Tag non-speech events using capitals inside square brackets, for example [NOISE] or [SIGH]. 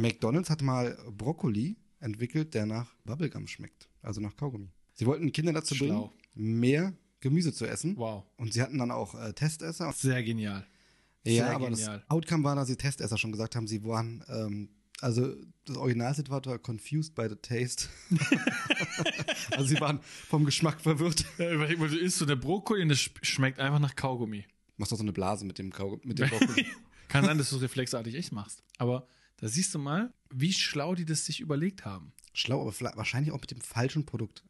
McDonald's hat mal Brokkoli entwickelt, der nach Bubblegum schmeckt, also nach Kaugummi. Sie wollten Kinder dazu Schlau. bringen, mehr Gemüse zu essen. Wow. Und sie hatten dann auch äh, Testesser. Sehr genial. ja, sehr aber genial. das Outcome war, dass sie Testesser schon gesagt haben, sie waren, ähm, also das Originalzitat war confused by the [LAUGHS] taste. also sie waren vom Geschmack verwirrt. Ja, überleg mal, du isst so der Brokkoli und das sch- schmeckt einfach nach Kaugummi. Machst doch so eine Blase mit dem, Kaug mit [LAUGHS] dem Brokkoli. Kann sein, dass du es reflexartig echt machst. Aber da siehst du mal, wie schlau die das sich überlegt haben. Schlau, aber vielleicht- wahrscheinlich auch mit dem falschen Produkt.